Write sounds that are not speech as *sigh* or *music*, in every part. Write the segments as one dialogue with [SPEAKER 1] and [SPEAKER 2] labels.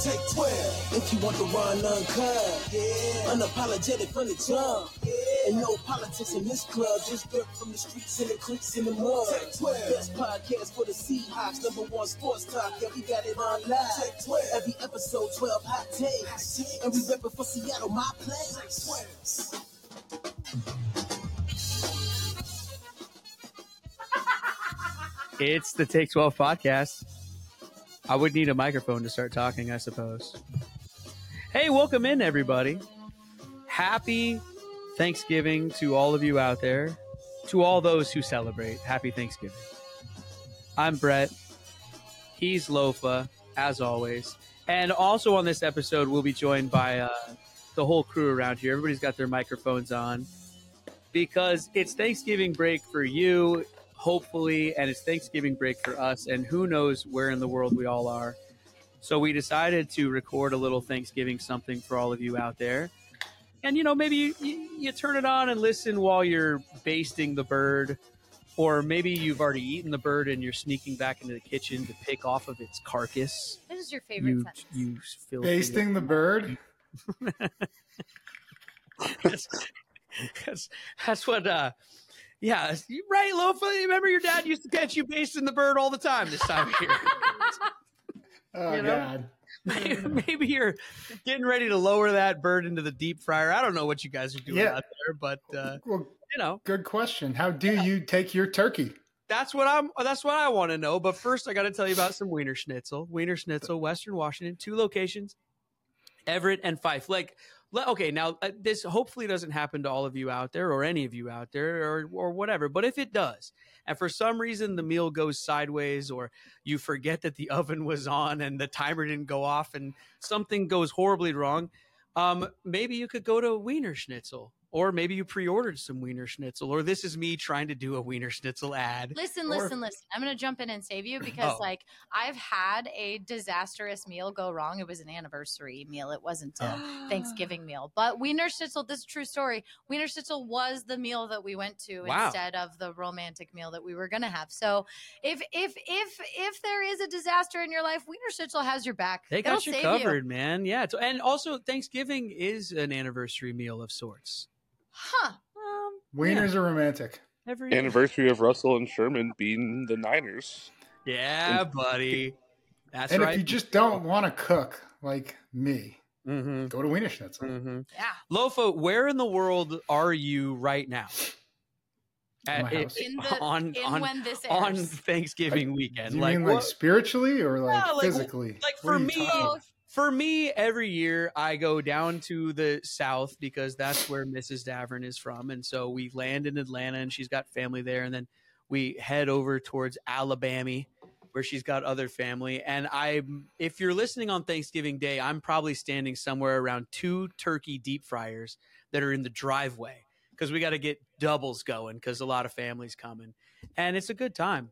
[SPEAKER 1] Take 12 if you want the run uncut. Yeah. Unapologetic from the jump. Yeah. And no politics in this club, just dirt from the streets and the creeks in the mud. Take 12. Best podcast for the Seahawks, number one sports talk. Yeah, we got it on live. Take 12. Every episode, 12 hot takes. And we reppin' for Seattle, my place. Take 12.
[SPEAKER 2] It's the Take 12 podcast. I would need a microphone to start talking, I suppose. Hey, welcome in, everybody. Happy Thanksgiving to all of you out there, to all those who celebrate. Happy Thanksgiving. I'm Brett. He's Lofa, as always. And also on this episode, we'll be joined by uh, the whole crew around here. Everybody's got their microphones on because it's Thanksgiving break for you, hopefully, and it's Thanksgiving break for us. And who knows where in the world we all are. So we decided to record a little Thanksgiving something for all of you out there. And, you know, maybe you, you, you turn it on and listen while you're basting the bird. Or maybe you've already eaten the bird and you're sneaking back into the kitchen to pick off of its carcass.
[SPEAKER 3] This is your favorite
[SPEAKER 2] You,
[SPEAKER 3] sentence.
[SPEAKER 2] you filthy-
[SPEAKER 4] Basting the bird.
[SPEAKER 2] that's, *laughs* that's, that's what uh yeah it's- you- right lofa remember your dad used to catch you basting the bird all the time this time of *laughs*
[SPEAKER 4] Oh
[SPEAKER 2] You know?
[SPEAKER 4] God.
[SPEAKER 2] year maybe you're getting ready to lower that bird into the deep fryer i don't know what you guys are doing
[SPEAKER 4] Yeah.
[SPEAKER 2] out there but uh
[SPEAKER 4] Well,
[SPEAKER 2] you know
[SPEAKER 4] good question. How do you take your turkey?
[SPEAKER 2] that's what i'm uh, that's what i want to know but first i got to tell you about some wiener schnitzel wiener schnitzel western washington two locations everett and fife like le- okay now uh, this hopefully doesn't happen to all of you out there or any of you out there or or whatever but if it does and for some reason the meal goes sideways or you forget that the *laughs* oven was on and the timer didn't go off and something goes horribly wrong um, maybe you could go to wiener schnitzel or maybe you pre-ordered some wiener schnitzel or this is me trying to do a wiener schnitzel ad
[SPEAKER 3] Listen,
[SPEAKER 2] or-
[SPEAKER 3] listen, listen. I'm going to jump in and save you because,
[SPEAKER 2] Oh.
[SPEAKER 3] like, I've had a disastrous meal go wrong. It was an anniversary meal. It wasn't a
[SPEAKER 2] Oh.
[SPEAKER 3] *gasps* Thanksgiving meal. But Wiener Schnitzel, this is a true story. Wiener Schnitzel was the meal that we went to
[SPEAKER 2] Wow.
[SPEAKER 3] instead of the romantic meal that we were going to have. So if if if if there is a disaster in your life, Wiener Schnitzel has your back.
[SPEAKER 2] They got
[SPEAKER 3] It'll
[SPEAKER 2] you
[SPEAKER 3] save
[SPEAKER 2] covered, man. Yeah. it's- and also, Thanksgiving is an anniversary meal of sorts.
[SPEAKER 3] Huh.
[SPEAKER 2] Um,
[SPEAKER 4] Wieners are romantic.
[SPEAKER 2] every
[SPEAKER 5] anniversary of Russell and Sherman beating the Niners.
[SPEAKER 2] Yeah, buddy. That's
[SPEAKER 4] and if
[SPEAKER 2] right.
[SPEAKER 4] you just don't want to cook like me,
[SPEAKER 2] mm-hmm.
[SPEAKER 4] go to Wiener Schnitzel.
[SPEAKER 2] Mm-hmm.
[SPEAKER 3] Yeah.
[SPEAKER 2] Lofa, where in the world are you right now?
[SPEAKER 4] In my
[SPEAKER 2] *laughs*
[SPEAKER 4] house.
[SPEAKER 3] In the
[SPEAKER 2] on
[SPEAKER 3] in
[SPEAKER 2] on
[SPEAKER 3] when this airs.
[SPEAKER 2] on *laughs* Thanksgiving weekend,
[SPEAKER 4] Do you
[SPEAKER 2] like,
[SPEAKER 4] mean like
[SPEAKER 2] what-
[SPEAKER 4] spiritually or like
[SPEAKER 2] Yeah, like,
[SPEAKER 4] physically?
[SPEAKER 2] like,
[SPEAKER 4] What
[SPEAKER 2] for
[SPEAKER 4] are you
[SPEAKER 2] me,
[SPEAKER 3] So
[SPEAKER 4] talking-
[SPEAKER 2] for me, every year I go down to the south because that's where Mrs. Davern is from. And so we land in Atlanta and she's got family there. And then we head over towards Alabama where she's got other family. And I, if you're listening on Thanksgiving Day, I'm probably standing somewhere around two turkey deep fryers that are in the driveway because we got to get doubles going because a lot of families coming. And it's a good time.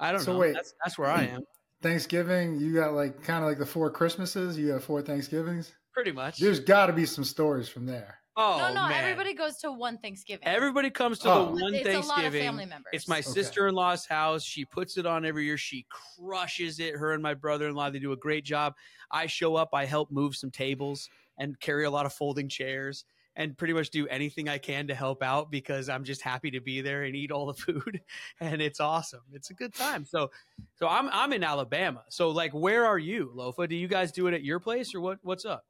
[SPEAKER 2] I don't
[SPEAKER 4] So
[SPEAKER 2] know.
[SPEAKER 4] wait.
[SPEAKER 2] That's, that's where I am.
[SPEAKER 4] Thanksgiving, you got like kind of like the four Christmases. You got four Thanksgivings.
[SPEAKER 2] Pretty much.
[SPEAKER 4] There's got to be some stories from there.
[SPEAKER 2] oh,
[SPEAKER 3] no, no,
[SPEAKER 2] man.
[SPEAKER 3] everybody goes to one Thanksgiving.
[SPEAKER 2] Everybody comes to
[SPEAKER 4] Oh.
[SPEAKER 2] the one
[SPEAKER 3] it's
[SPEAKER 2] Thanksgiving.
[SPEAKER 3] a lot of family members.
[SPEAKER 2] It's my
[SPEAKER 4] Okay.
[SPEAKER 2] sister in law's house. She puts it on every year. She crushes it. Her and my brother in law, they do a great job. I show up, I help move some tables and carry a lot of folding chairs and pretty much do anything I can to help out because I'm just happy to be there and eat all the *laughs* food. And it's awesome. It's a good time. So so I'm I'm in Alabama. So like where are you, Lofa? Do you guys do it at your place or what what's up?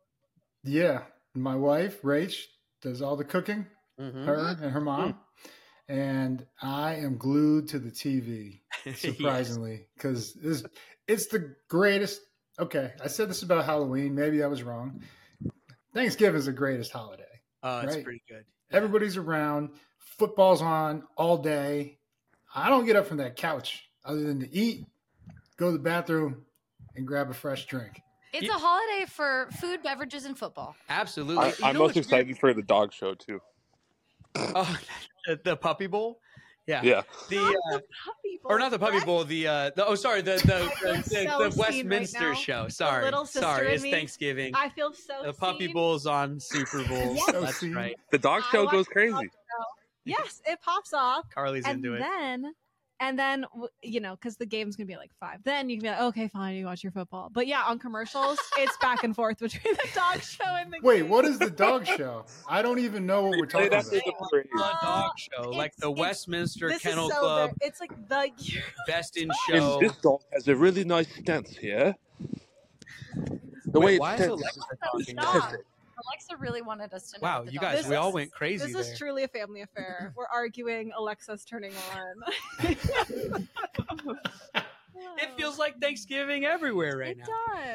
[SPEAKER 4] Yeah, my wife Rach does all the cooking.
[SPEAKER 2] Mm-hmm.
[SPEAKER 4] her and her mom.
[SPEAKER 2] Mm.
[SPEAKER 4] And I am glued to the TV,
[SPEAKER 2] *laughs*
[SPEAKER 4] *laughs*
[SPEAKER 2] Yes.
[SPEAKER 4] surprisingly, because it's, it's the greatest. Okay, I said this about Halloween. Maybe I was wrong. Thanksgiving is the greatest holiday.
[SPEAKER 2] Oh, it's
[SPEAKER 4] Right.
[SPEAKER 2] pretty good.
[SPEAKER 4] Everybody's around, football's on all day. I don't get up from that couch other than to eat, go to the bathroom, and grab a fresh drink.
[SPEAKER 3] It's
[SPEAKER 2] You-
[SPEAKER 3] a holiday for food, beverages, and football.
[SPEAKER 2] Absolutely.
[SPEAKER 5] I,
[SPEAKER 2] You
[SPEAKER 5] I'm
[SPEAKER 2] know what's
[SPEAKER 5] most
[SPEAKER 2] weird?
[SPEAKER 6] *laughs*
[SPEAKER 2] *laughs*
[SPEAKER 5] excited for the dog show too.
[SPEAKER 2] Oh, the, the puppy bowl. Yeah.
[SPEAKER 5] Yeah.
[SPEAKER 2] The uh,
[SPEAKER 6] Puppy Bowl.
[SPEAKER 2] or not the Puppy
[SPEAKER 6] What?
[SPEAKER 2] Bowl. The uh, the oh sorry the the,
[SPEAKER 6] I
[SPEAKER 2] the,
[SPEAKER 6] feel so
[SPEAKER 2] the, the
[SPEAKER 6] seen right
[SPEAKER 2] Westminster
[SPEAKER 6] now.
[SPEAKER 2] show. Sorry,
[SPEAKER 6] little sister in
[SPEAKER 2] sorry. It's
[SPEAKER 6] me.
[SPEAKER 2] Thanksgiving.
[SPEAKER 6] I feel so.
[SPEAKER 2] the Puppy
[SPEAKER 6] seen.
[SPEAKER 2] Bowl's on Super
[SPEAKER 6] *laughs*
[SPEAKER 2] Bowl.
[SPEAKER 6] Yes.
[SPEAKER 2] That's
[SPEAKER 4] Seen.
[SPEAKER 2] right.
[SPEAKER 5] The dog
[SPEAKER 6] I
[SPEAKER 5] show
[SPEAKER 6] watched
[SPEAKER 5] goes
[SPEAKER 6] the
[SPEAKER 5] crazy.
[SPEAKER 6] Yes, it pops off,
[SPEAKER 2] Carly's
[SPEAKER 6] and
[SPEAKER 2] into it.
[SPEAKER 6] then, and then w- you know, because the game's gonna be like five. Then you can be like, okay, fine, you watch your football. But yeah,
[SPEAKER 2] *laughs*
[SPEAKER 6] on commercials, it's back and forth between the dog show and the.
[SPEAKER 4] Wait,
[SPEAKER 6] game.
[SPEAKER 4] what is the
[SPEAKER 5] *laughs*
[SPEAKER 4] dog show? I don't even know what we're
[SPEAKER 5] They
[SPEAKER 4] talking
[SPEAKER 5] played
[SPEAKER 4] about.
[SPEAKER 5] after the parade.
[SPEAKER 2] The dog show, like
[SPEAKER 6] It's-
[SPEAKER 2] the
[SPEAKER 6] it's-
[SPEAKER 2] Westminster
[SPEAKER 6] This
[SPEAKER 2] Kennel
[SPEAKER 6] is so
[SPEAKER 2] Club
[SPEAKER 6] ver- It's like the *laughs* year.
[SPEAKER 2] Best in Show.
[SPEAKER 5] And this dog has a really nice stance here. The
[SPEAKER 2] Wait,
[SPEAKER 5] way
[SPEAKER 2] why
[SPEAKER 5] it
[SPEAKER 2] is
[SPEAKER 5] stands.
[SPEAKER 2] Alexa
[SPEAKER 5] *laughs* is
[SPEAKER 2] talking now?
[SPEAKER 5] fantastic.
[SPEAKER 3] Alexa really wanted us to know.
[SPEAKER 2] Wow,
[SPEAKER 3] what the
[SPEAKER 2] you
[SPEAKER 3] dog
[SPEAKER 2] guys,
[SPEAKER 6] This
[SPEAKER 2] we all
[SPEAKER 6] is-
[SPEAKER 2] went crazy
[SPEAKER 6] This
[SPEAKER 2] there.
[SPEAKER 6] is truly a family
[SPEAKER 2] *laughs*
[SPEAKER 6] affair. We're arguing. Alexa's turning on. *laughs*
[SPEAKER 2] It feels like Thanksgiving everywhere right
[SPEAKER 6] it
[SPEAKER 2] now.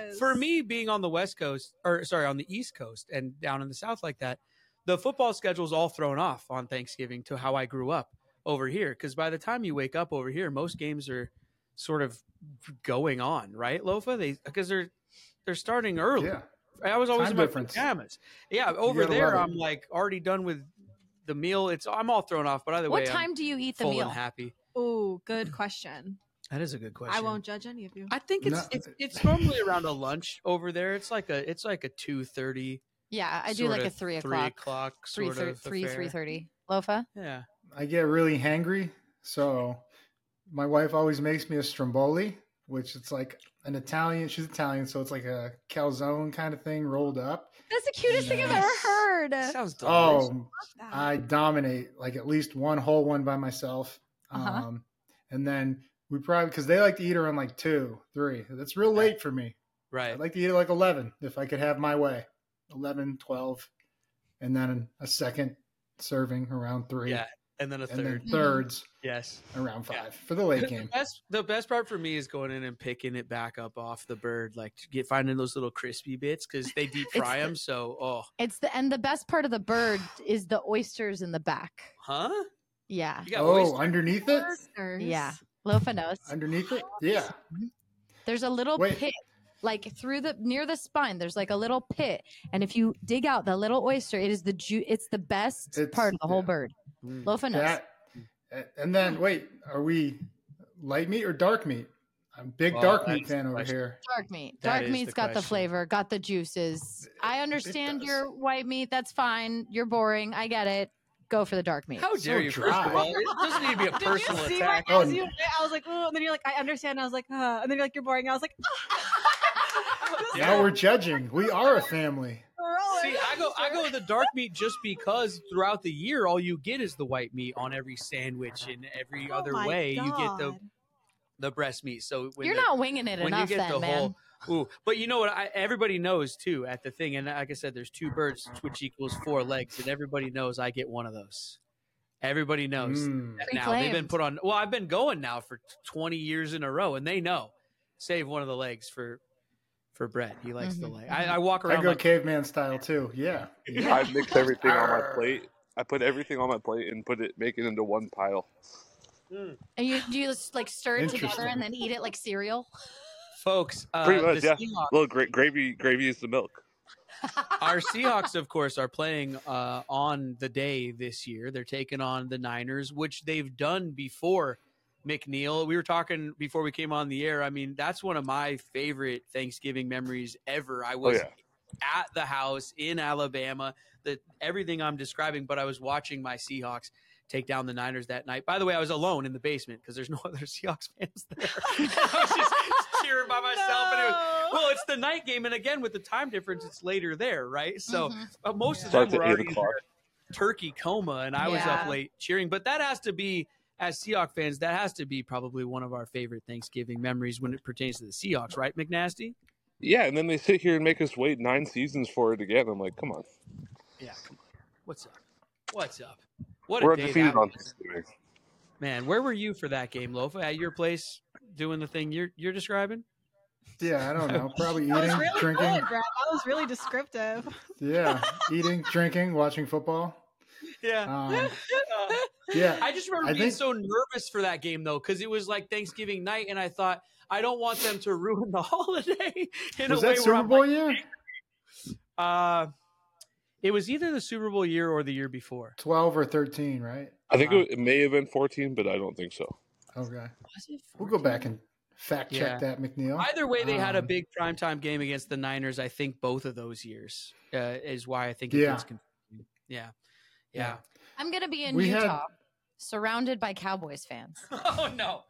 [SPEAKER 6] does.
[SPEAKER 2] For me, being on the West Coast, or sorry, on the East Coast and down in the South like that, the football schedule's all thrown off on Thanksgiving to how I grew up over here. Because by the time you wake up over here, most games are sort of going on, right, Lofa? They because they're they're starting early.
[SPEAKER 4] Yeah.
[SPEAKER 2] I was always in
[SPEAKER 4] Time
[SPEAKER 2] my
[SPEAKER 4] difference.
[SPEAKER 2] pajamas. Yeah, over
[SPEAKER 4] gotta
[SPEAKER 2] there,
[SPEAKER 4] love it.
[SPEAKER 2] I'm like already done with the meal. It's I'm all thrown off. But either
[SPEAKER 3] What
[SPEAKER 2] way,
[SPEAKER 3] time
[SPEAKER 2] I'm
[SPEAKER 3] do you eat the
[SPEAKER 2] full
[SPEAKER 3] meal?
[SPEAKER 2] and happy.
[SPEAKER 6] Ooh, good question.
[SPEAKER 2] That is a good question.
[SPEAKER 6] I won't judge any of you.
[SPEAKER 2] I think it's
[SPEAKER 4] No.
[SPEAKER 2] it's
[SPEAKER 4] *laughs*
[SPEAKER 2] it's normally around a lunch over there. It's like a it's like a two thirty.
[SPEAKER 3] Yeah, I do like a three
[SPEAKER 2] three
[SPEAKER 3] o'clock,
[SPEAKER 2] o'clock
[SPEAKER 3] three
[SPEAKER 2] sort
[SPEAKER 3] thir-
[SPEAKER 2] of
[SPEAKER 3] three
[SPEAKER 2] affair.
[SPEAKER 3] three thirty. Lofa,
[SPEAKER 2] Yeah,
[SPEAKER 4] I get really hangry, so my wife always makes me a stromboli, which it's like an Italian. She's Italian, so it's like a calzone kind of thing rolled up.
[SPEAKER 6] That's the cutest thing I've
[SPEAKER 4] Nice.
[SPEAKER 6] ever heard.
[SPEAKER 3] Eh.
[SPEAKER 2] sounds delicious.
[SPEAKER 4] Oh, I dominate like at least one whole one by myself.
[SPEAKER 3] Uh-huh.
[SPEAKER 4] Um, and then we probably because they like to eat around like two, three. That's real late for me.
[SPEAKER 2] right.
[SPEAKER 4] I'd like to eat at like 11 if I could have my way. 11, 12, and then a second serving around three,
[SPEAKER 2] yeah, and then a
[SPEAKER 4] and
[SPEAKER 2] third.
[SPEAKER 4] then thirds
[SPEAKER 2] yes.
[SPEAKER 4] around five
[SPEAKER 2] Yeah.
[SPEAKER 4] for the late
[SPEAKER 2] The
[SPEAKER 4] game.
[SPEAKER 2] best, the best part for me is going in and picking it back up off the bird, like to get finding those little crispy bits because they deep
[SPEAKER 3] It's
[SPEAKER 2] fry
[SPEAKER 3] the-
[SPEAKER 2] them. So, oh,
[SPEAKER 3] it's the and the best part of the *sighs* bird is the oysters in the back.
[SPEAKER 2] huh?
[SPEAKER 3] Yeah,
[SPEAKER 2] You got
[SPEAKER 4] Oh,
[SPEAKER 2] oysters?
[SPEAKER 4] underneath it?
[SPEAKER 3] yeah. Lofa knows.
[SPEAKER 4] Underneath it? Yeah.
[SPEAKER 3] There's a little
[SPEAKER 4] Wait.
[SPEAKER 3] pit, like through the near the spine. There's like a little pit, and if you dig out the little oyster, it is the ju- It's the best
[SPEAKER 4] It's-
[SPEAKER 3] part of the whole
[SPEAKER 4] yeah.
[SPEAKER 3] bird.
[SPEAKER 2] Mm.
[SPEAKER 3] Lofa knows.
[SPEAKER 4] That. And then, wait, are we light meat or dark meat? I'm a big
[SPEAKER 2] Oh,
[SPEAKER 4] dark
[SPEAKER 2] that's
[SPEAKER 4] meat fan
[SPEAKER 2] the
[SPEAKER 4] over
[SPEAKER 2] question.
[SPEAKER 4] here.
[SPEAKER 3] Dark meat.
[SPEAKER 2] That
[SPEAKER 3] Dark
[SPEAKER 2] is
[SPEAKER 3] meat's
[SPEAKER 2] the
[SPEAKER 3] got the
[SPEAKER 2] question.
[SPEAKER 3] flavor, got the juices. I understand
[SPEAKER 4] does.
[SPEAKER 3] your white meat. That's fine. You're boring. I get it. Go for the dark meat.
[SPEAKER 2] How
[SPEAKER 4] So
[SPEAKER 2] dare you? First
[SPEAKER 4] dry.
[SPEAKER 2] of all, it doesn't need to be a
[SPEAKER 3] *laughs*
[SPEAKER 6] *laughs* Did
[SPEAKER 2] personal
[SPEAKER 6] you see
[SPEAKER 2] attack.
[SPEAKER 6] My, as
[SPEAKER 4] Oh.
[SPEAKER 6] you, I was like, ooh, and then you're like, I understand. And I was like, uh, and then you're like, you're boring. I was like, *laughs*
[SPEAKER 2] Yeah.
[SPEAKER 4] Now we're judging. We are a family.
[SPEAKER 2] See, I go I go with the dark meat just because throughout the year all you get is the white meat on every sandwich and
[SPEAKER 6] Oh
[SPEAKER 2] every other way you get the the breast meat. So when
[SPEAKER 3] You're
[SPEAKER 2] the,
[SPEAKER 3] not winging it
[SPEAKER 2] when you
[SPEAKER 3] enough,
[SPEAKER 2] get
[SPEAKER 3] then,
[SPEAKER 2] the
[SPEAKER 3] man.
[SPEAKER 2] whole ooh, but you know what? I, everybody knows too at the thing, and like I said, there's two birds, which equals four legs, and everybody knows I get one of those. Everybody knows *laughs*
[SPEAKER 4] Mm.
[SPEAKER 2] that now. They've been
[SPEAKER 3] Reclaimed.
[SPEAKER 2] put on. Well, I've been going now for 20 years in a row, and they know. Save one of the legs for for Brett. He likes the
[SPEAKER 3] Mhm,
[SPEAKER 2] leg. I, I walk
[SPEAKER 4] I
[SPEAKER 2] around
[SPEAKER 4] go
[SPEAKER 2] like
[SPEAKER 4] caveman style too. Yeah.
[SPEAKER 2] *laughs*
[SPEAKER 5] I mix everything on my
[SPEAKER 4] Arr.
[SPEAKER 5] plate. I put everything on my plate and put it, make it into one pile.
[SPEAKER 3] And you do you just like stir it together
[SPEAKER 4] Interesting.
[SPEAKER 3] and then eat it like cereal?
[SPEAKER 2] folks. Uh,
[SPEAKER 5] Pretty much,
[SPEAKER 2] the
[SPEAKER 5] yeah.
[SPEAKER 2] Seahawks-
[SPEAKER 5] Well, gra- gravy, gravy is the milk.
[SPEAKER 2] our Seahawks, of course, are playing uh, on the day this year. They're taking on the Niners, which they've done before. McNeil, we were talking before we came on the air. I mean, that's one of my favorite Thanksgiving memories ever. I
[SPEAKER 5] Oh
[SPEAKER 2] was
[SPEAKER 5] yeah,
[SPEAKER 2] at the house in Alabama, the everything I'm describing, but I was watching my Seahawks take down the Niners that night. By the way, I was alone in the basement because there's no *laughs* other Seahawks fans there. *laughs* I was just cheering by myself, and it was well, it's the night game, and again with the time difference, it's later there, right? So
[SPEAKER 3] Mhm.
[SPEAKER 2] uh, most of them
[SPEAKER 5] starts at
[SPEAKER 2] were
[SPEAKER 5] eight
[SPEAKER 2] already in
[SPEAKER 5] o'clock.
[SPEAKER 2] their turkey coma, and I was up
[SPEAKER 3] Yeah.
[SPEAKER 2] late cheering. But that has to be, as Seahawk fans, that has to be probably one of our favorite Thanksgiving memories when it pertains to the Seahawks, right, McNasty?
[SPEAKER 5] Yeah, and then they sit here and make us wait nine seasons for it again. I'm like, come on,
[SPEAKER 2] Yeah, come on. What's up? What's up? What
[SPEAKER 5] we're
[SPEAKER 2] a day
[SPEAKER 5] undefeated
[SPEAKER 2] that
[SPEAKER 5] on
[SPEAKER 2] was.
[SPEAKER 5] Thanksgiving.
[SPEAKER 2] man. Where were you for that game, Lofa? At your place, doing the thing you're you're describing?
[SPEAKER 4] Yeah, I don't know. Probably
[SPEAKER 6] That was
[SPEAKER 4] eating,
[SPEAKER 6] really
[SPEAKER 4] drinking.
[SPEAKER 6] good, Brad. That was really descriptive.
[SPEAKER 4] Yeah, eating, drinking, watching football.
[SPEAKER 2] Yeah. Uh,
[SPEAKER 4] Um, yeah,
[SPEAKER 2] I just remember
[SPEAKER 4] I
[SPEAKER 2] being
[SPEAKER 4] think-
[SPEAKER 2] so nervous for that game though, because it was like Thanksgiving night, and I thought I don't want them to *laughs* ruin the holiday *laughs* in a way
[SPEAKER 4] was that
[SPEAKER 2] where
[SPEAKER 4] Super
[SPEAKER 2] I'm
[SPEAKER 4] Bowl
[SPEAKER 2] like,
[SPEAKER 4] year?
[SPEAKER 2] uh, It was either the Super Bowl year or the year before.
[SPEAKER 4] 12 or 13, right?
[SPEAKER 5] I think
[SPEAKER 2] Wow.
[SPEAKER 5] it may have been 14, but I don't think so.
[SPEAKER 4] Okay.
[SPEAKER 2] Was it
[SPEAKER 3] Mm-hmm.
[SPEAKER 4] We'll go back and fact check
[SPEAKER 2] Yeah.
[SPEAKER 4] that, McNeil.
[SPEAKER 2] Either way, they had a
[SPEAKER 4] Um,
[SPEAKER 2] big primetime game against the Niners. I think both of those years uh, is why I think it
[SPEAKER 4] Yeah.
[SPEAKER 2] gets confusing. Yeah, yeah.
[SPEAKER 3] I'm gonna be in
[SPEAKER 4] We had-
[SPEAKER 3] Utah, surrounded by Cowboys fans. *laughs*
[SPEAKER 2] *laughs* oh no.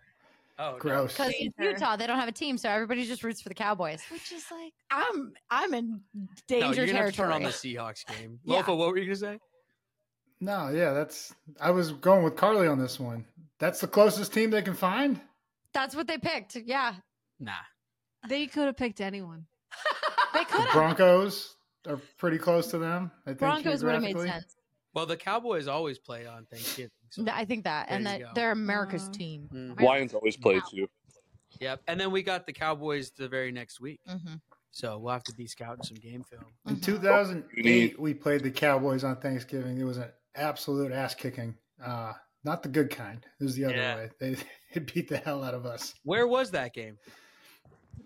[SPEAKER 2] Oh no.
[SPEAKER 4] Gross.
[SPEAKER 3] Because in
[SPEAKER 6] Danger.
[SPEAKER 3] Utah, they don't have a team, so everybody just roots for the Cowboys.
[SPEAKER 6] Which is like,
[SPEAKER 3] I'm I'm in
[SPEAKER 2] No,
[SPEAKER 3] danger
[SPEAKER 2] you're gonna have to turn
[SPEAKER 3] territory.
[SPEAKER 2] on the Seahawks game.
[SPEAKER 3] *laughs* Yeah.
[SPEAKER 2] Lofa, what were you gonna say?
[SPEAKER 4] No, yeah, that's. I was going with Carly on this one. That's the closest team they can find.
[SPEAKER 3] That's what they picked. Yeah,
[SPEAKER 2] Nah.
[SPEAKER 6] they could have
[SPEAKER 3] *laughs*
[SPEAKER 6] picked anyone.
[SPEAKER 3] they could
[SPEAKER 4] The
[SPEAKER 3] have.
[SPEAKER 4] Broncos are pretty close to them. I think
[SPEAKER 3] Broncos would have made
[SPEAKER 4] geographically.
[SPEAKER 3] sense.
[SPEAKER 2] Well, the Cowboys always play on Thanksgiving. so-
[SPEAKER 3] Th- I think that, and
[SPEAKER 2] There you
[SPEAKER 3] that
[SPEAKER 2] go.
[SPEAKER 3] they're America's
[SPEAKER 6] Uh,
[SPEAKER 3] team.
[SPEAKER 2] Mm,
[SPEAKER 5] Lions always play too.
[SPEAKER 2] yep. And then we got the Cowboys the very next week,
[SPEAKER 3] Mm-hmm.
[SPEAKER 2] so we'll have to be scouting some game film.
[SPEAKER 4] In
[SPEAKER 5] You need-
[SPEAKER 4] 2008, we played the Cowboys on Thanksgiving. It was an absolute ass kicking. Uh, not the good kind. It was the other
[SPEAKER 2] Yeah.
[SPEAKER 4] way. They, *laughs* they beat the hell out of us.
[SPEAKER 2] Where was that game?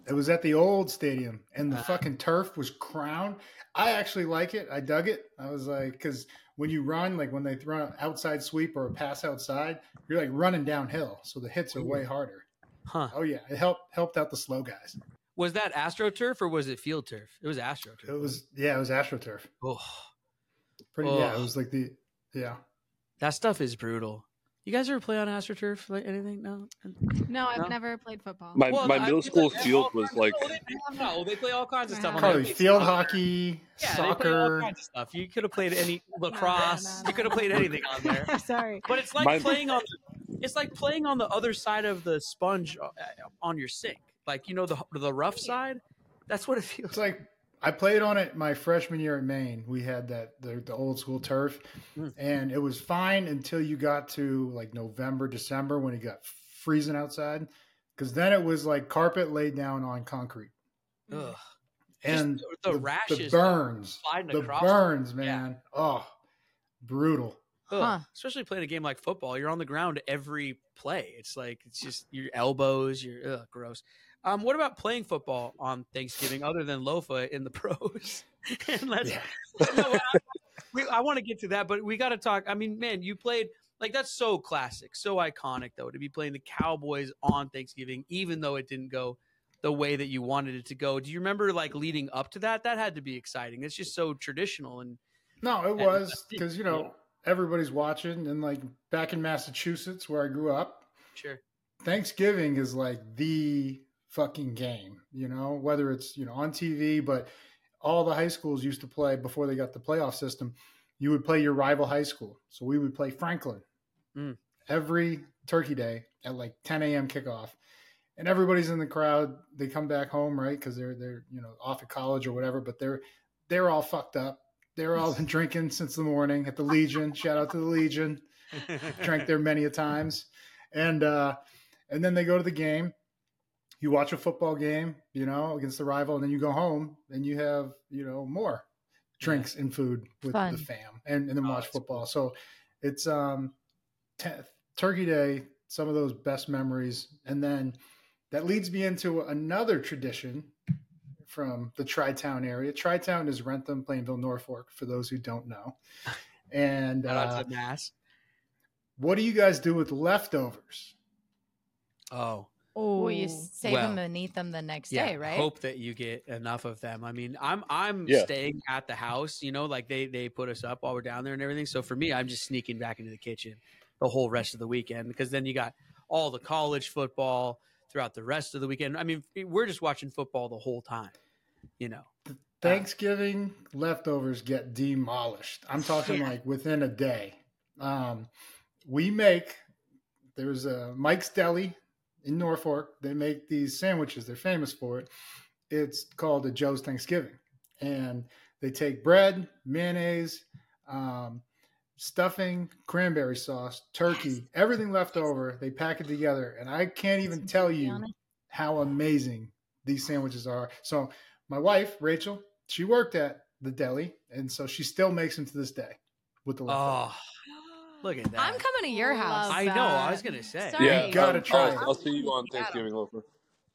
[SPEAKER 4] It was at the old stadium, and the
[SPEAKER 2] Uh.
[SPEAKER 4] fucking turf was crowned. I actually like it. I dug it. I was like, because when you run, like when they throw an outside sweep or a pass outside, you're like running downhill, so the hits are way harder.
[SPEAKER 2] Huh?
[SPEAKER 4] Oh yeah, it helped helped out the slow guys.
[SPEAKER 2] Was that AstroTurf or was it Field Turf? It was AstroTurf.
[SPEAKER 4] It was yeah, it was AstroTurf.
[SPEAKER 2] Oh.
[SPEAKER 4] Pretty yeah, it
[SPEAKER 2] Oh.
[SPEAKER 4] was like the yeah.
[SPEAKER 2] That stuff is brutal. You guys ever play on AstroTurf? Like anything? No.
[SPEAKER 6] No, I've
[SPEAKER 2] No.
[SPEAKER 6] never played football.
[SPEAKER 5] My, my
[SPEAKER 2] I-
[SPEAKER 5] middle
[SPEAKER 2] it's
[SPEAKER 5] school
[SPEAKER 2] like-
[SPEAKER 5] field
[SPEAKER 2] no,
[SPEAKER 5] was like
[SPEAKER 2] no, they- no, they play all kinds of stuff. on
[SPEAKER 4] Probably
[SPEAKER 2] that field.
[SPEAKER 4] field hockey,
[SPEAKER 2] Yeah, they play all
[SPEAKER 4] soccer.
[SPEAKER 2] kinds of stuff. You could have played any
[SPEAKER 4] *laughs*
[SPEAKER 2] lacrosse.
[SPEAKER 6] no,
[SPEAKER 2] You could have played anything on there.
[SPEAKER 6] *laughs* Sorry.
[SPEAKER 2] But it's like
[SPEAKER 5] My-
[SPEAKER 2] playing on. It's like playing on the other side of the sponge uh, on your sink. Like you know the the rough side. That's what it *laughs* feels.
[SPEAKER 4] It's like I played on it my freshman year at Maine. We had that the, the old school turf,
[SPEAKER 2] Mm.
[SPEAKER 4] and it was fine until you got to like November, December when it got freezing outside, because then it was like carpet laid down on concrete
[SPEAKER 2] like. Ugh. Just
[SPEAKER 4] and
[SPEAKER 2] the- the rashes that
[SPEAKER 4] burns,
[SPEAKER 2] sliding
[SPEAKER 4] the
[SPEAKER 2] across.
[SPEAKER 4] burns,
[SPEAKER 2] Yeah.
[SPEAKER 4] man. Oh, brutal.
[SPEAKER 2] Ugh.
[SPEAKER 3] Huh.
[SPEAKER 2] Especially playing a game like football, you're on the ground every play. It's like it's just your elbows, your ugh, gross. Um, what about playing football on Thanksgiving other than Lofa in the *laughs* pros? and let's, *laughs*
[SPEAKER 4] Yeah.
[SPEAKER 2] No, I, *laughs* we, I want to get to that, but we got to talk. I mean, man, you played like that's so classic, so iconic though to be playing the Cowboys on Thanksgiving, even though it didn't go the way that you wanted it to go. Do you remember like leading up to that? That had to be exciting. It's just so traditional and
[SPEAKER 4] No, it
[SPEAKER 2] And-
[SPEAKER 4] was because
[SPEAKER 2] *laughs*
[SPEAKER 4] you know everybody's watching, and like back in Massachusetts where I grew up,
[SPEAKER 2] sure.
[SPEAKER 4] Thanksgiving is like the fucking game, you know, whether it's, you know, on TV, but all the high schools used to play before they got the playoff system, you would play your rival high school. So we would play Franklin
[SPEAKER 2] Mm.
[SPEAKER 4] every turkey day at like 10 a.m. kickoff. And everybody's in the crowd. They come back home, right? Because they're they're you know off at college or whatever, but they're they're all fucked up. They're all been *laughs* drinking since the morning at the Legion. Shout out to the Legion drank there many a times. And uh, and then they go to the game. You watch a football game, you know, against the rival, and then you go home and you have, you know, more drinks and food with
[SPEAKER 3] Fun.
[SPEAKER 4] the fam and, and then
[SPEAKER 2] Oh,
[SPEAKER 4] watch
[SPEAKER 2] that's
[SPEAKER 4] football. So it's um t- Turkey Day, some of those best memories. And then that leads me into another tradition from the Tri Town area. Tri Town is Rentham, Plainville, Norfolk, for those who
[SPEAKER 2] *laughs*
[SPEAKER 4] don't know. And
[SPEAKER 2] Shout out
[SPEAKER 4] uh,
[SPEAKER 2] to the mass.
[SPEAKER 4] what do you guys do with leftovers?
[SPEAKER 2] Oh,
[SPEAKER 6] Oh,
[SPEAKER 3] Well, you save
[SPEAKER 2] Well.
[SPEAKER 3] them and eat them the next day, right?
[SPEAKER 2] Hope that you get enough of them. I mean, I'm I'm
[SPEAKER 5] Yeah.
[SPEAKER 2] staying at the house, you know, like they they put us up while we're down there and everything. So for me, I'm just sneaking back into the kitchen the whole rest of the weekend because then you got all the college football throughout the rest of the weekend. I mean, we're just watching football the whole time, you know.
[SPEAKER 4] Thanksgiving leftovers get demolished. I'm talking
[SPEAKER 2] Yeah.
[SPEAKER 4] like within a day. Um, we make there's a Mike's Deli in Norfolk. They make these sandwiches. They're famous for it. It's called a Joe's Thanksgiving, and they take bread, mayonnaise, um, stuffing, cranberry sauce, turkey, everything left over. They pack it together, and I can't even tell you how amazing these sandwiches are. So my wife, Rachel, she worked at the deli, and so she still makes them to this day with the leftovers.
[SPEAKER 2] Oh, look at that!
[SPEAKER 3] I'm coming to your house.
[SPEAKER 6] Love
[SPEAKER 2] I know. I was
[SPEAKER 6] that.
[SPEAKER 2] gonna say,
[SPEAKER 3] Sorry.
[SPEAKER 4] You gotta
[SPEAKER 5] I'll-
[SPEAKER 4] try
[SPEAKER 5] I'll,
[SPEAKER 4] it.
[SPEAKER 5] I'll see you on Thanksgiving, Lofer.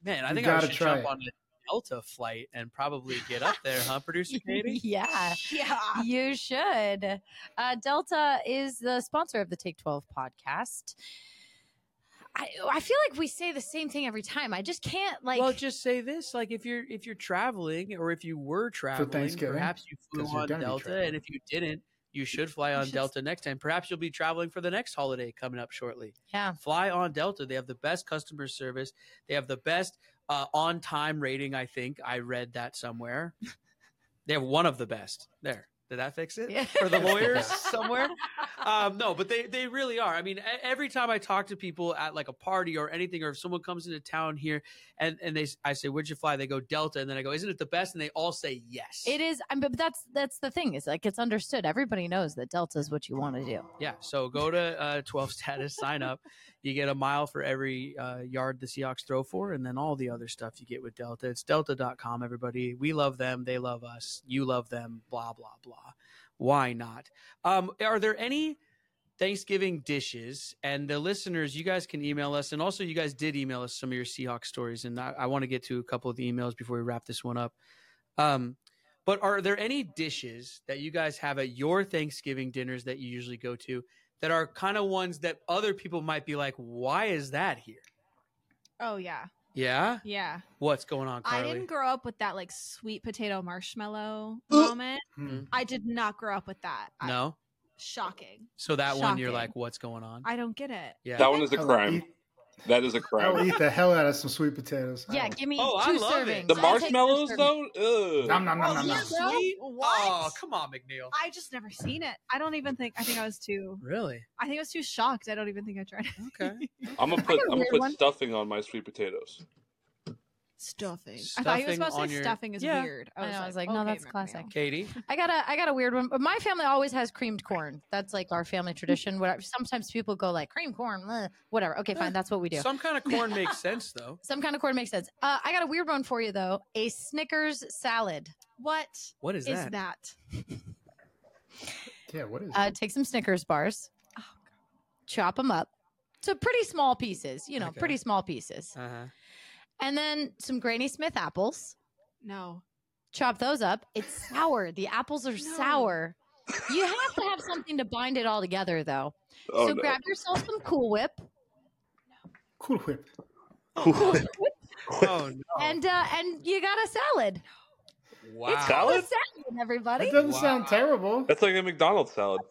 [SPEAKER 2] man. I
[SPEAKER 4] You
[SPEAKER 2] think I
[SPEAKER 4] gotta
[SPEAKER 2] should
[SPEAKER 4] try
[SPEAKER 2] jump
[SPEAKER 4] it.
[SPEAKER 2] on it. Delta flight and probably get up there, huh, producer Katie?
[SPEAKER 3] *laughs* yeah.
[SPEAKER 7] Yeah.
[SPEAKER 3] You should. Uh, Delta is the sponsor of the Take 12 podcast. I, I feel like we say the same thing every time. I just can't like. *laughs*
[SPEAKER 2] well, just say this: like if you're if you're traveling, or if you were traveling,
[SPEAKER 4] Thanksgiving?
[SPEAKER 2] perhaps you flew
[SPEAKER 4] 'Cause you're
[SPEAKER 2] on
[SPEAKER 4] gonna be
[SPEAKER 2] Delta, and
[SPEAKER 4] traveling.
[SPEAKER 2] if you didn't, you
[SPEAKER 4] *laughs*
[SPEAKER 2] should fly on
[SPEAKER 3] should-
[SPEAKER 2] Delta next time. Perhaps you'll be traveling for the next holiday coming up shortly.
[SPEAKER 3] yeah,
[SPEAKER 2] Fly on Delta; they have the best customer service. They have the best uh, on time rating. I think I read that
[SPEAKER 4] *laughs*
[SPEAKER 2] somewhere. they have one of the best. There, did that fix it?
[SPEAKER 3] yeah.
[SPEAKER 2] for the lawyers somewhere. Um, no, but they they really are. I mean, e- every time I talk to people at like a party or anything, or if someone comes into town here and and they s- I say, "Where'd you fly?" They go Delta, and then I go, "Isn't it the best?" And they all say yes.
[SPEAKER 3] It is, I mean, but that's that's the thing. Is like it's understood. Everybody knows that Delta is what you want to do.
[SPEAKER 2] Yeah. So go to uh, twelve status, sign up. You get a mile for every uh, yard the Seahawks throw for, and then all the other stuff you get with Delta. It's Delta.com. Everybody, we love them. They love us. You love them. Blah blah blah. Why not? Um, are there any Thanksgiving dishes? And the listeners, you guys can email us, and also you guys did email us some of your Seahawks stories, and I, I want to get to a couple of the emails before we wrap this one up. Um, but are there any dishes that you guys have at your Thanksgiving dinners that you usually go to that are kind of ones that other people might be like, why is that here?
[SPEAKER 6] Oh yeah,
[SPEAKER 2] Yeah.
[SPEAKER 6] yeah.
[SPEAKER 2] What's going on,
[SPEAKER 6] I
[SPEAKER 2] Carly?
[SPEAKER 6] didn't grow up with that like sweet potato marshmallow
[SPEAKER 7] Ooh.
[SPEAKER 6] moment.
[SPEAKER 4] Hmm.
[SPEAKER 6] I did not grow up with that. I-
[SPEAKER 2] no.
[SPEAKER 6] shocking.
[SPEAKER 2] So that one, you're
[SPEAKER 6] Shocking.
[SPEAKER 2] like, what's going on?
[SPEAKER 6] I don't get it.
[SPEAKER 2] yeah.
[SPEAKER 5] That one is a
[SPEAKER 4] I'll
[SPEAKER 5] crime.
[SPEAKER 4] eat-
[SPEAKER 5] That is a
[SPEAKER 4] I'll
[SPEAKER 5] crime.
[SPEAKER 4] eat the hell out of some sweet potatoes. Um, I
[SPEAKER 3] Yeah,
[SPEAKER 4] don't-
[SPEAKER 3] give me
[SPEAKER 2] Oh, I
[SPEAKER 3] two
[SPEAKER 2] love it.
[SPEAKER 3] servings.
[SPEAKER 5] The
[SPEAKER 3] I'll take two
[SPEAKER 5] marshmallows
[SPEAKER 3] servings.
[SPEAKER 5] though. Ugh.
[SPEAKER 4] Nom, nom, nom, nom,
[SPEAKER 6] yeah,
[SPEAKER 4] nom.
[SPEAKER 6] bro.
[SPEAKER 2] Sweet?
[SPEAKER 6] Oh, What?
[SPEAKER 2] Oh, come on, McNeil.
[SPEAKER 6] I just never seen it. I don't even think. I think I was too.
[SPEAKER 2] Really?
[SPEAKER 6] I think I was too shocked. I don't even think I tried. *laughs* it.
[SPEAKER 2] Okay.
[SPEAKER 5] I'm gonna
[SPEAKER 3] got
[SPEAKER 5] put
[SPEAKER 3] a
[SPEAKER 5] I'm gonna
[SPEAKER 3] weird
[SPEAKER 5] put
[SPEAKER 3] one.
[SPEAKER 5] stuffing on my sweet potatoes.
[SPEAKER 6] Stuffing. I thought he
[SPEAKER 2] Stuffing
[SPEAKER 6] was supposed to
[SPEAKER 2] on
[SPEAKER 6] say
[SPEAKER 2] your-
[SPEAKER 6] stuffing is
[SPEAKER 2] Yeah.
[SPEAKER 6] weird.
[SPEAKER 3] I know, I was like, no, that's
[SPEAKER 6] McNeil.
[SPEAKER 3] classic.
[SPEAKER 2] Katie?
[SPEAKER 3] I got a I got a weird one. My family always has creamed corn. That's like our family tradition. Whatever. Sometimes people go like cream corn, bleh, whatever. Okay, fine. That's what we do.
[SPEAKER 2] Some kind
[SPEAKER 6] *laughs*
[SPEAKER 2] of corn makes sense, though.
[SPEAKER 3] Some kind of corn makes sense. Uh, I got a weird one for you though. A Snickers salad.
[SPEAKER 6] What
[SPEAKER 2] What is
[SPEAKER 6] is,
[SPEAKER 2] that?
[SPEAKER 6] that?
[SPEAKER 4] Yeah, what is
[SPEAKER 3] Uh, take some Snickers bars,
[SPEAKER 6] Oh,
[SPEAKER 3] chop them up to pretty small pieces. You know,
[SPEAKER 2] Okay.
[SPEAKER 3] pretty small pieces,
[SPEAKER 2] Uh-huh.
[SPEAKER 3] and then some Granny Smith apples.
[SPEAKER 6] No.
[SPEAKER 3] Chop those up. It's sour. The apples are
[SPEAKER 6] No.
[SPEAKER 3] sour. You have to have something to bind it all together, though.
[SPEAKER 5] Oh
[SPEAKER 3] so
[SPEAKER 5] no.
[SPEAKER 3] grab yourself some Cool Whip.
[SPEAKER 4] Cool Whip.
[SPEAKER 2] Oh, no.
[SPEAKER 3] and uh, and you got a salad.
[SPEAKER 2] wow.
[SPEAKER 3] It's
[SPEAKER 5] Salad?
[SPEAKER 3] called a salad, everybody.
[SPEAKER 4] That doesn't
[SPEAKER 2] Wow.
[SPEAKER 4] sound terrible.
[SPEAKER 5] That's like a McDonald's salad.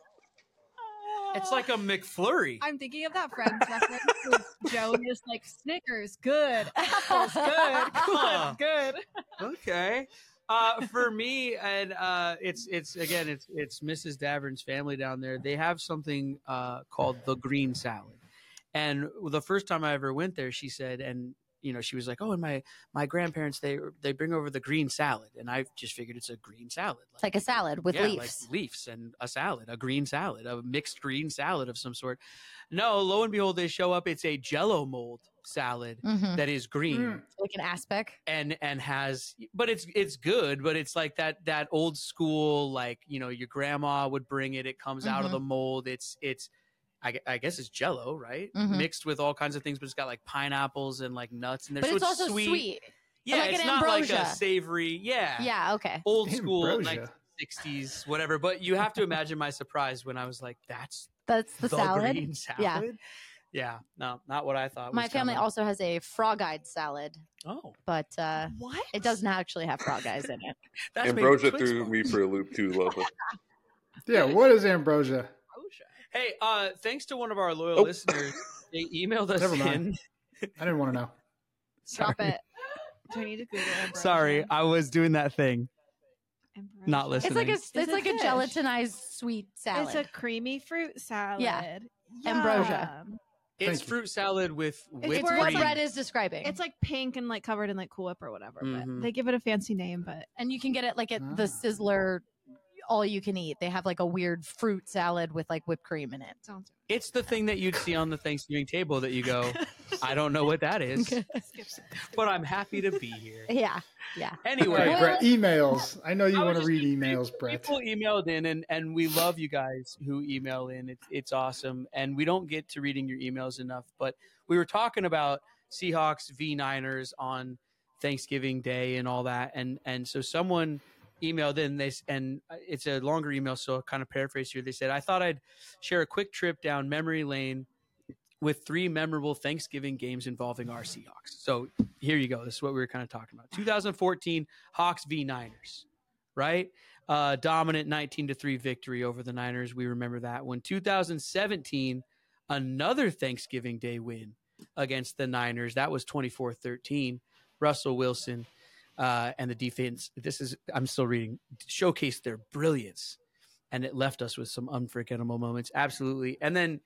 [SPEAKER 2] It's like a McFlurry.
[SPEAKER 6] I'm thinking of that friend's *laughs* reference. with Joe just like Snickers, good. *laughs* Apples, good.
[SPEAKER 2] Huh.
[SPEAKER 6] Good, *laughs* good.
[SPEAKER 2] okay. Uh, for me, and uh, it's it's again, it's it's Mrs. Davern's family down there. They have something uh, called the green salad, and the first time I ever went there, she said, and you know, she was like, "Oh, and my my grandparents they they bring over the green salad," and I just figured it's a green salad,
[SPEAKER 3] It's like a salad with
[SPEAKER 2] yeah, like
[SPEAKER 3] leaves.
[SPEAKER 2] leaves and a salad, a green salad, a mixed green salad of some sort. No, lo and behold, they show up. It's a Jello mold salad
[SPEAKER 3] Mhm.
[SPEAKER 2] that is green
[SPEAKER 4] Mm.
[SPEAKER 3] Like an aspic.
[SPEAKER 2] and and has but it's it's good but it's like that that old school like you know your grandma would bring it it comes out of
[SPEAKER 3] Mhm.
[SPEAKER 2] the mold it's it's I, gue- I guess it's jello right
[SPEAKER 3] Mhm.
[SPEAKER 2] mixed with all kinds of things but it's got like pineapples and like nuts in there
[SPEAKER 3] But
[SPEAKER 2] so
[SPEAKER 3] it's also sweet.
[SPEAKER 2] yeah
[SPEAKER 3] like
[SPEAKER 2] it's
[SPEAKER 3] an
[SPEAKER 2] not like a
[SPEAKER 3] ambrosia.
[SPEAKER 2] savory yeah
[SPEAKER 3] Yeah, okay.
[SPEAKER 2] old school
[SPEAKER 4] Ambrosia.
[SPEAKER 2] 1960s whatever but you have to imagine my surprise when I was like that's
[SPEAKER 3] That's the, salad.
[SPEAKER 2] green salad
[SPEAKER 3] Yeah.
[SPEAKER 2] Yeah, no not what I thought
[SPEAKER 3] My
[SPEAKER 2] was
[SPEAKER 3] family
[SPEAKER 2] coming.
[SPEAKER 3] also has a frog eyed salad,
[SPEAKER 2] oh
[SPEAKER 3] but uh,
[SPEAKER 6] What?
[SPEAKER 3] it doesn't actually have frog eyes in it.
[SPEAKER 2] that's made
[SPEAKER 5] Ambrosia
[SPEAKER 2] Twix
[SPEAKER 5] threw
[SPEAKER 2] fall.
[SPEAKER 5] me for a loop too, lovely.
[SPEAKER 4] Yeah, what is ambrosia?
[SPEAKER 2] Hey, uh, thanks to one of our loyal
[SPEAKER 5] Oh.
[SPEAKER 2] *laughs* listeners, they emailed us
[SPEAKER 4] Never
[SPEAKER 2] in.
[SPEAKER 4] mind. I didn't want to know.
[SPEAKER 6] Stop it. Do I need to *laughs* Google
[SPEAKER 2] *laughs*
[SPEAKER 6] ambrosia?
[SPEAKER 2] Sorry, I was doing that thing.
[SPEAKER 6] Ambrosia.
[SPEAKER 2] not
[SPEAKER 3] It's
[SPEAKER 2] listening.
[SPEAKER 3] like a
[SPEAKER 6] It's
[SPEAKER 3] it's
[SPEAKER 6] a
[SPEAKER 3] like a
[SPEAKER 6] fish.
[SPEAKER 3] gelatinized sweet salad.
[SPEAKER 6] It's a creamy fruit salad.
[SPEAKER 3] Ambrosia.
[SPEAKER 6] Yum.
[SPEAKER 2] It's
[SPEAKER 4] Thank you.
[SPEAKER 2] fruit salad with
[SPEAKER 3] it's
[SPEAKER 2] whipped
[SPEAKER 6] where
[SPEAKER 3] what
[SPEAKER 2] cream.
[SPEAKER 6] like-
[SPEAKER 3] Brett is describing.
[SPEAKER 6] It's like pink and like covered in like Cool Whip or whatever.
[SPEAKER 2] Mhm.
[SPEAKER 6] But they give it a fancy name, but
[SPEAKER 3] and you can get it like at the
[SPEAKER 4] Ah.
[SPEAKER 3] Sizzler all you can eat. They have like a weird fruit salad with like whipped cream in it.
[SPEAKER 6] *laughs* sounds
[SPEAKER 2] It's the thing that you'd see on the Thanksgiving table that you
[SPEAKER 6] *laughs*
[SPEAKER 2] go, I don't know what that is, but I'm happy to be here.
[SPEAKER 3] Yeah. Yeah.
[SPEAKER 4] All right,
[SPEAKER 2] Anyway,
[SPEAKER 3] Well,
[SPEAKER 4] Brett, emails. I know you
[SPEAKER 2] I was
[SPEAKER 4] want to
[SPEAKER 2] just
[SPEAKER 4] read
[SPEAKER 2] gonna say,
[SPEAKER 4] emails, Brett.
[SPEAKER 2] people emailed in, and, and we love you guys who email in. It's, it's awesome. And we don't get to reading your emails enough, but we were talking about Seahawks v Niners on Thanksgiving Day and all that. And and so someone emailed in this, and it's a longer email, so I'll kind of paraphrase here. They said, "I thought I'd share a quick trip down memory lane." With three memorable Thanksgiving games involving our Seahawks. So here you go. This is what we were kind of talking about. 2014 Hawks v Niners, right? Uh, dominant 19 to 3 victory over the Niners. We remember that one. 2017, another Thanksgiving Day win against the Niners. That was 24 13. Russell Wilson uh, and the defense. This is, I'm still reading, showcased their brilliance. And it left us with some unforgettable moments. Absolutely. And then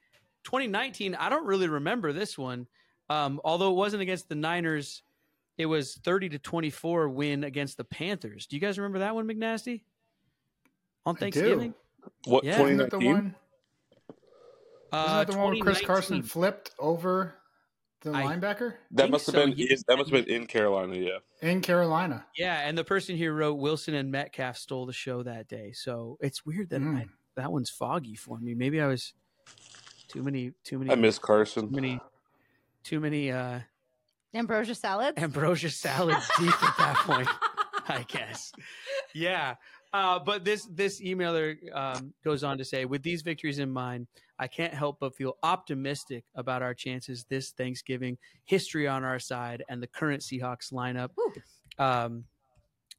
[SPEAKER 2] 2019, I don't really remember this one. Um, although it wasn't against the Niners, it was 30 to 24 win against the Panthers. Do you guys remember that one, McNasty? On
[SPEAKER 4] do.
[SPEAKER 2] Thanksgiving?
[SPEAKER 5] What,
[SPEAKER 2] Yeah.
[SPEAKER 4] Isn't that the
[SPEAKER 5] 2019?
[SPEAKER 4] one? Isn't
[SPEAKER 2] Uh,
[SPEAKER 4] that the one where Chris
[SPEAKER 2] 2019.
[SPEAKER 4] Carson flipped over the
[SPEAKER 2] I-
[SPEAKER 4] linebacker
[SPEAKER 5] That
[SPEAKER 2] think
[SPEAKER 5] must have
[SPEAKER 2] so,
[SPEAKER 5] been
[SPEAKER 2] yeah.
[SPEAKER 5] that must have been in Carolina, yeah.
[SPEAKER 4] in Carolina?
[SPEAKER 2] Yeah, and the person here wrote Wilson and Metcalf stole the show that day. So it's weird that
[SPEAKER 4] Mm.
[SPEAKER 2] I, that one's foggy for me. Maybe I was too many, too many,
[SPEAKER 5] I miss
[SPEAKER 2] too
[SPEAKER 5] Carson.
[SPEAKER 2] many, too many uh,
[SPEAKER 3] Ambrosia salads.
[SPEAKER 2] ambrosia salads deep at that point. I guess. Yeah. Uh, but this this emailer um, goes on to say, with these victories in mind, I can't help but feel optimistic about our chances this Thanksgiving. History on our side and the current Seahawks lineup um,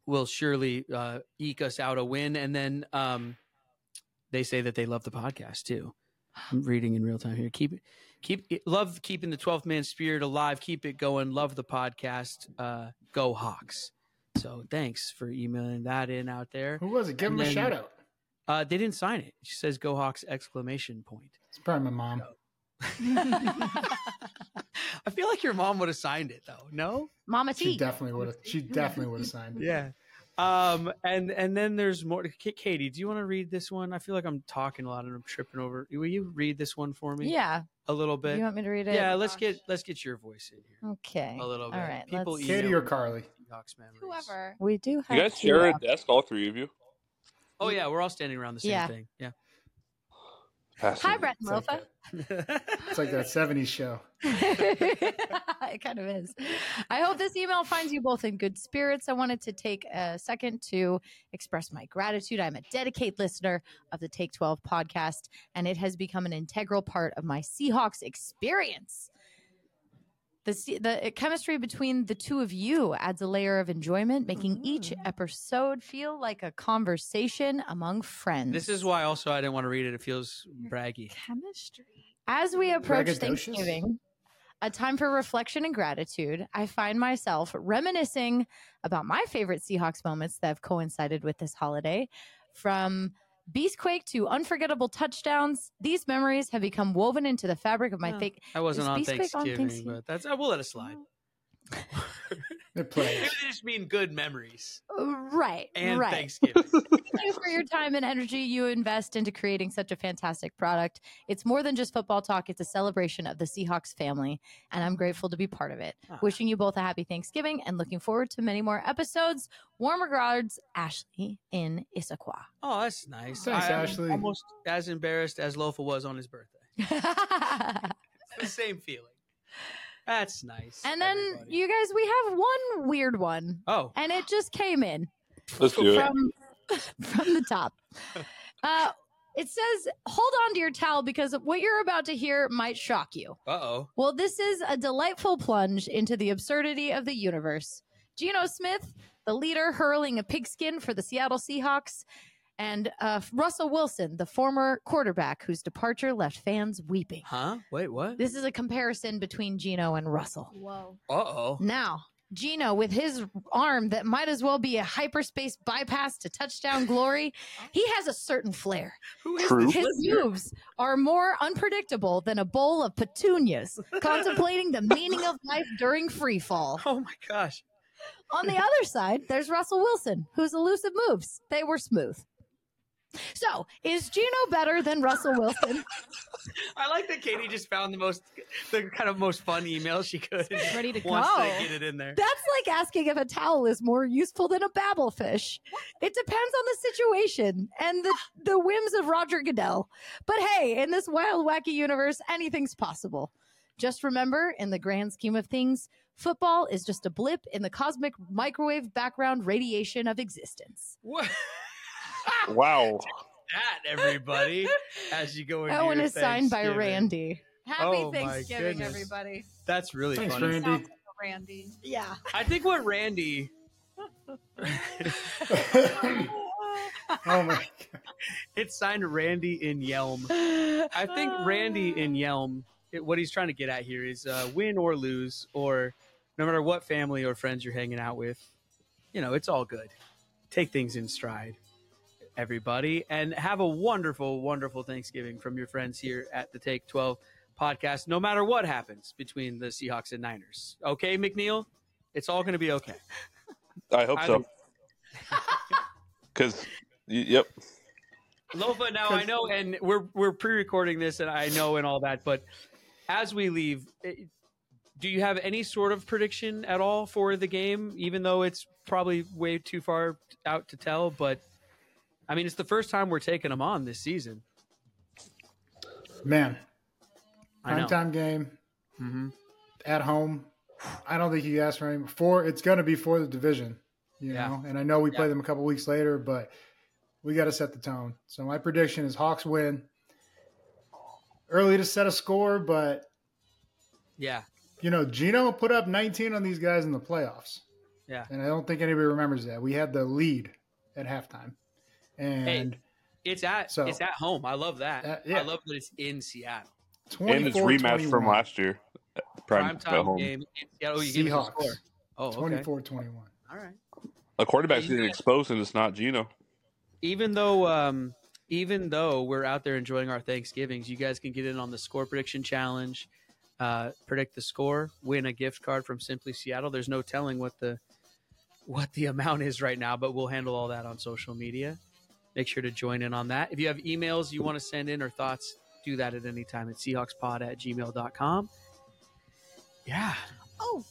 [SPEAKER 2] will surely uh, eke us out a win. And then um, they say that they love the podcast too. I'm reading in real time here. Keep it, keep it, love keeping the 12th man spirit alive. Keep it going. Love the podcast. Uh, go Hawks. So thanks for emailing that in out there.
[SPEAKER 4] Who was it? Give him
[SPEAKER 2] And
[SPEAKER 4] a
[SPEAKER 2] then-
[SPEAKER 4] shout out.
[SPEAKER 2] Uh, they didn't sign it. She says "Go Hawks!" exclamation point. *laughs*
[SPEAKER 4] It's probably my mom.
[SPEAKER 2] I feel like your mom would have signed it though. No.
[SPEAKER 3] Mama
[SPEAKER 4] She
[SPEAKER 3] T.
[SPEAKER 4] definitely would have.
[SPEAKER 2] *laughs*
[SPEAKER 4] She definitely would have signed. it.
[SPEAKER 2] Yeah. Um. And and then there's more. K- Katie, do you want to read this one? I feel like I'm talking a lot and I'm tripping over. Will you read this one for me?
[SPEAKER 3] Yeah.
[SPEAKER 2] A little bit.
[SPEAKER 3] You want me to read it?
[SPEAKER 2] yeah. Let's get let's get your voice in here
[SPEAKER 3] Okay.
[SPEAKER 2] a little bit.
[SPEAKER 3] All right.
[SPEAKER 2] People
[SPEAKER 3] let's-
[SPEAKER 2] eat-
[SPEAKER 4] Katie
[SPEAKER 2] Email.
[SPEAKER 4] or Carly?
[SPEAKER 2] Seahawks memories.
[SPEAKER 6] Whoever.
[SPEAKER 3] We do have.
[SPEAKER 5] You guys
[SPEAKER 3] two
[SPEAKER 5] share a
[SPEAKER 3] up.
[SPEAKER 5] desk, all three of you.
[SPEAKER 2] Oh yeah, we're all standing around the same
[SPEAKER 3] Yeah.
[SPEAKER 2] thing. Yeah.
[SPEAKER 3] Hi,
[SPEAKER 5] Fascinating.
[SPEAKER 3] Brett
[SPEAKER 4] It's like,
[SPEAKER 3] Mofa.
[SPEAKER 4] that, *laughs* it's like that '70s show.
[SPEAKER 3] *laughs* it kind of is. I hope this email finds you both in good spirits. I wanted to take a second to express my gratitude. I'm a dedicated listener of the Take 12 podcast, and it has become an integral part of my Seahawks experience. The, se- the chemistry between the two of you adds a layer of enjoyment, making each episode feel like a conversation among friends.
[SPEAKER 2] this is why also I didn't want to read it. It feels braggy.
[SPEAKER 6] Chemistry.
[SPEAKER 3] As we approach
[SPEAKER 4] Braggadocious?
[SPEAKER 3] Thanksgiving, a time for reflection and gratitude, I find myself reminiscing about my favorite Seahawks moments that have coincided with this holiday. From Beastquake to unforgettable touchdowns, these memories have become woven into the fabric of my
[SPEAKER 2] Oh.
[SPEAKER 3] think.
[SPEAKER 2] I wasn't
[SPEAKER 3] Is
[SPEAKER 2] on
[SPEAKER 3] Beastquake on
[SPEAKER 2] Thanksgiving,
[SPEAKER 3] Thanksgiving?
[SPEAKER 2] but that's I will let it slide.
[SPEAKER 4] It
[SPEAKER 2] Maybe
[SPEAKER 4] plays.
[SPEAKER 2] they just mean good memories
[SPEAKER 3] Right,
[SPEAKER 2] and
[SPEAKER 3] right. *laughs*
[SPEAKER 2] Thanksgiving.
[SPEAKER 3] Thank you for your time and energy you invest into creating such a fantastic product. It's more than just football talk, it's a celebration of the Seahawks family, and I'm grateful to be part of it.
[SPEAKER 2] Ah.
[SPEAKER 3] Wishing you both a happy Thanksgiving and looking forward to many more episodes. Warm regards, Ashley in Issaquah.
[SPEAKER 2] Oh, that's nice.
[SPEAKER 4] Thanks,
[SPEAKER 2] I'm
[SPEAKER 4] Ashley.
[SPEAKER 2] Almost as embarrassed as Lofa was on his birthday. It's the same feeling. That's nice.
[SPEAKER 3] and then
[SPEAKER 2] everybody.
[SPEAKER 3] you guys, we have one weird one,
[SPEAKER 2] Oh,
[SPEAKER 3] and it just came in.
[SPEAKER 5] Let's do it.
[SPEAKER 3] from *laughs* from the top. Uh, it says, "Hold on to your towel because what you're about to hear might shock you."
[SPEAKER 2] uh oh.
[SPEAKER 3] Well, this is a delightful plunge into the absurdity of the universe. Geno Smith, the leader, hurling a pigskin for the Seattle Seahawks, and uh, Russell Wilson, the former quarterback whose departure left fans weeping.
[SPEAKER 2] Huh? Wait, what? Uh
[SPEAKER 3] This is a comparison between Geno and Russell.
[SPEAKER 6] Whoa.
[SPEAKER 2] oh.
[SPEAKER 3] Now, Gino, with his arm that might as well be a hyperspace bypass to touchdown glory, he has a certain flair.
[SPEAKER 2] Who
[SPEAKER 4] *laughs*
[SPEAKER 2] is
[SPEAKER 5] True.
[SPEAKER 3] His moves are more unpredictable than a bowl of petunias, contemplating the meaning of life during free fall.
[SPEAKER 2] Oh my gosh.
[SPEAKER 3] On the other side, there's Russell Wilson, whose elusive moves, they were smooth. So, is Gino better than Russell Wilson?
[SPEAKER 2] I like that Katie just found the most, the kind of most fun email she could.
[SPEAKER 6] Ready
[SPEAKER 2] *laughs*
[SPEAKER 6] to
[SPEAKER 2] Wants
[SPEAKER 6] go.
[SPEAKER 2] to get it in there.
[SPEAKER 3] That's like asking if a towel is more useful than a babble fish. It depends on the situation and the, the whims of Roger Goodell. But hey, in this wild, wacky universe, anything's possible. Just remember, in the grand scheme of things, Football is just a blip in the cosmic microwave background radiation of existence.
[SPEAKER 2] What? *laughs*
[SPEAKER 5] Wow.
[SPEAKER 2] that everybody as you go into
[SPEAKER 3] That one
[SPEAKER 2] your
[SPEAKER 3] is Oh, signed by
[SPEAKER 2] Thanksgiving.
[SPEAKER 3] Randy.
[SPEAKER 6] Happy
[SPEAKER 2] Oh my
[SPEAKER 6] Thanksgiving,
[SPEAKER 2] goodness.
[SPEAKER 6] everybody.
[SPEAKER 2] That's really
[SPEAKER 4] Thanks,
[SPEAKER 2] funny.
[SPEAKER 4] Randy.
[SPEAKER 6] Sounds like a Randy. *laughs*
[SPEAKER 3] Yeah.
[SPEAKER 2] I think what Randy *laughs*
[SPEAKER 4] *laughs* oh my
[SPEAKER 2] it's signed Randy in Yelm. *laughs* I think Randy in Yelm, it, what he's trying to get at here is uh, win or lose, or no matter what family or friends you're hanging out with, you know, it's all good. Take things in stride, everybody, and have a wonderful, wonderful Thanksgiving from your friends here at the Take 12 podcast, no matter what happens between the Seahawks and Niners. Okay, McNeil? It's all going to be okay.
[SPEAKER 5] I hope
[SPEAKER 2] I
[SPEAKER 5] so.
[SPEAKER 2] think-
[SPEAKER 5] Because, yep.
[SPEAKER 2] Lofa, now I know, and we're we're pre-recording this, and I know, and all that. But as we leave, it- do you have any sort of prediction at all for the game? Even though it's probably way too far out to tell, but I mean, it's the first time we're taking them on this season.
[SPEAKER 4] man.
[SPEAKER 2] I know.
[SPEAKER 4] Primetime game Mm-hmm. at home. I don't think you asked for any for it's gonna be for the division. You
[SPEAKER 2] Yeah.
[SPEAKER 4] know, and I know we
[SPEAKER 2] Yeah.
[SPEAKER 4] play them a couple weeks later, but we gotta set the tone. So my prediction is Hawks win. Early to set a score, but
[SPEAKER 2] Yeah,
[SPEAKER 4] you know, Gino put up 19 on these guys in the playoffs.
[SPEAKER 2] Yeah.
[SPEAKER 4] And I don't think anybody remembers that. We had the lead at halftime. And
[SPEAKER 2] it's at
[SPEAKER 4] So-
[SPEAKER 2] it's at home. I love that.
[SPEAKER 4] Uh, yeah.
[SPEAKER 2] I love that it's in Seattle.
[SPEAKER 4] 24
[SPEAKER 5] And it's rematch from last year. Prime, at
[SPEAKER 2] Primetime
[SPEAKER 5] home.
[SPEAKER 2] game in Seattle. Oh, You give us a
[SPEAKER 4] Seahawks.
[SPEAKER 2] score. Oh, okay.
[SPEAKER 4] 24 21.
[SPEAKER 2] All right.
[SPEAKER 5] A quarterback's
[SPEAKER 2] Yeah,
[SPEAKER 5] getting
[SPEAKER 2] yeah.
[SPEAKER 5] exposed, and it's not Gino.
[SPEAKER 2] even though um even though we're out there enjoying our thanksgivings you guys can get in on the score prediction challenge uh predict the score win a gift card from simply seattle there's no telling what the what the *laughs* amount is right now but we'll handle all that on social media make sure to join in on that if you have emails you want to send in or thoughts do that at any time at seahawkspod at gmail.com yeah
[SPEAKER 6] Oh,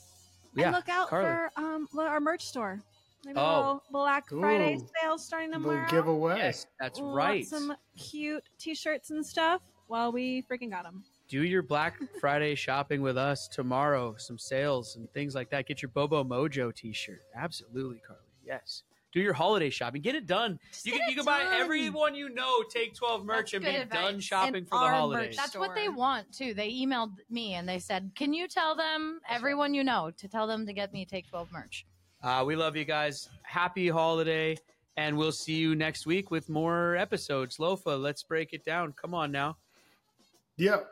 [SPEAKER 2] Yeah,
[SPEAKER 6] and look out
[SPEAKER 2] Carly.
[SPEAKER 6] for um lo- our merch store. They got a
[SPEAKER 2] Oh.
[SPEAKER 6] little Black Friday
[SPEAKER 4] Ooh.
[SPEAKER 6] sale starting
[SPEAKER 4] The
[SPEAKER 6] tomorrow.
[SPEAKER 4] giveaway.
[SPEAKER 2] yes that's
[SPEAKER 6] Lots
[SPEAKER 2] right
[SPEAKER 6] Some cute T-shirts and stuff. Well, we freaking got them.
[SPEAKER 2] do your Black Friday shopping with us tomorrow. Some sales and things like that. Get your Bobo Mojo T-shirt. Absolutely, Carly. Yes. Do your holiday shopping. Get it done. you can you can buy everyone you know. Take twelve merch and
[SPEAKER 3] That's good
[SPEAKER 2] be
[SPEAKER 3] advice.
[SPEAKER 2] done shopping
[SPEAKER 6] And
[SPEAKER 2] for the
[SPEAKER 6] our merch.
[SPEAKER 2] holidays.
[SPEAKER 3] That's what they
[SPEAKER 6] Store.
[SPEAKER 3] want too. They emailed me and they said, "Can you tell them everyone you know to tell them to get me Take 12 merch?"
[SPEAKER 2] Uh, we love you guys. Happy holiday, and we'll see you next week with more episodes. Lofa, let's break it down. Come on now.
[SPEAKER 4] Yep.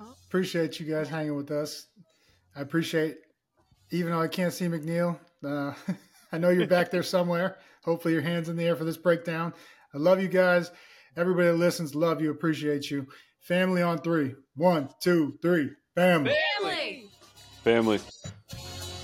[SPEAKER 6] Oh.
[SPEAKER 4] Appreciate you guys hanging with us. I appreciate, even though I can't see McNeil, uh, *laughs* I know you're back there somewhere. Hopefully, your hands in the air for this breakdown. I love you guys. Everybody that listens, love you, appreciate you. Family on three. One, two, three. Family.
[SPEAKER 3] Family.
[SPEAKER 5] Family.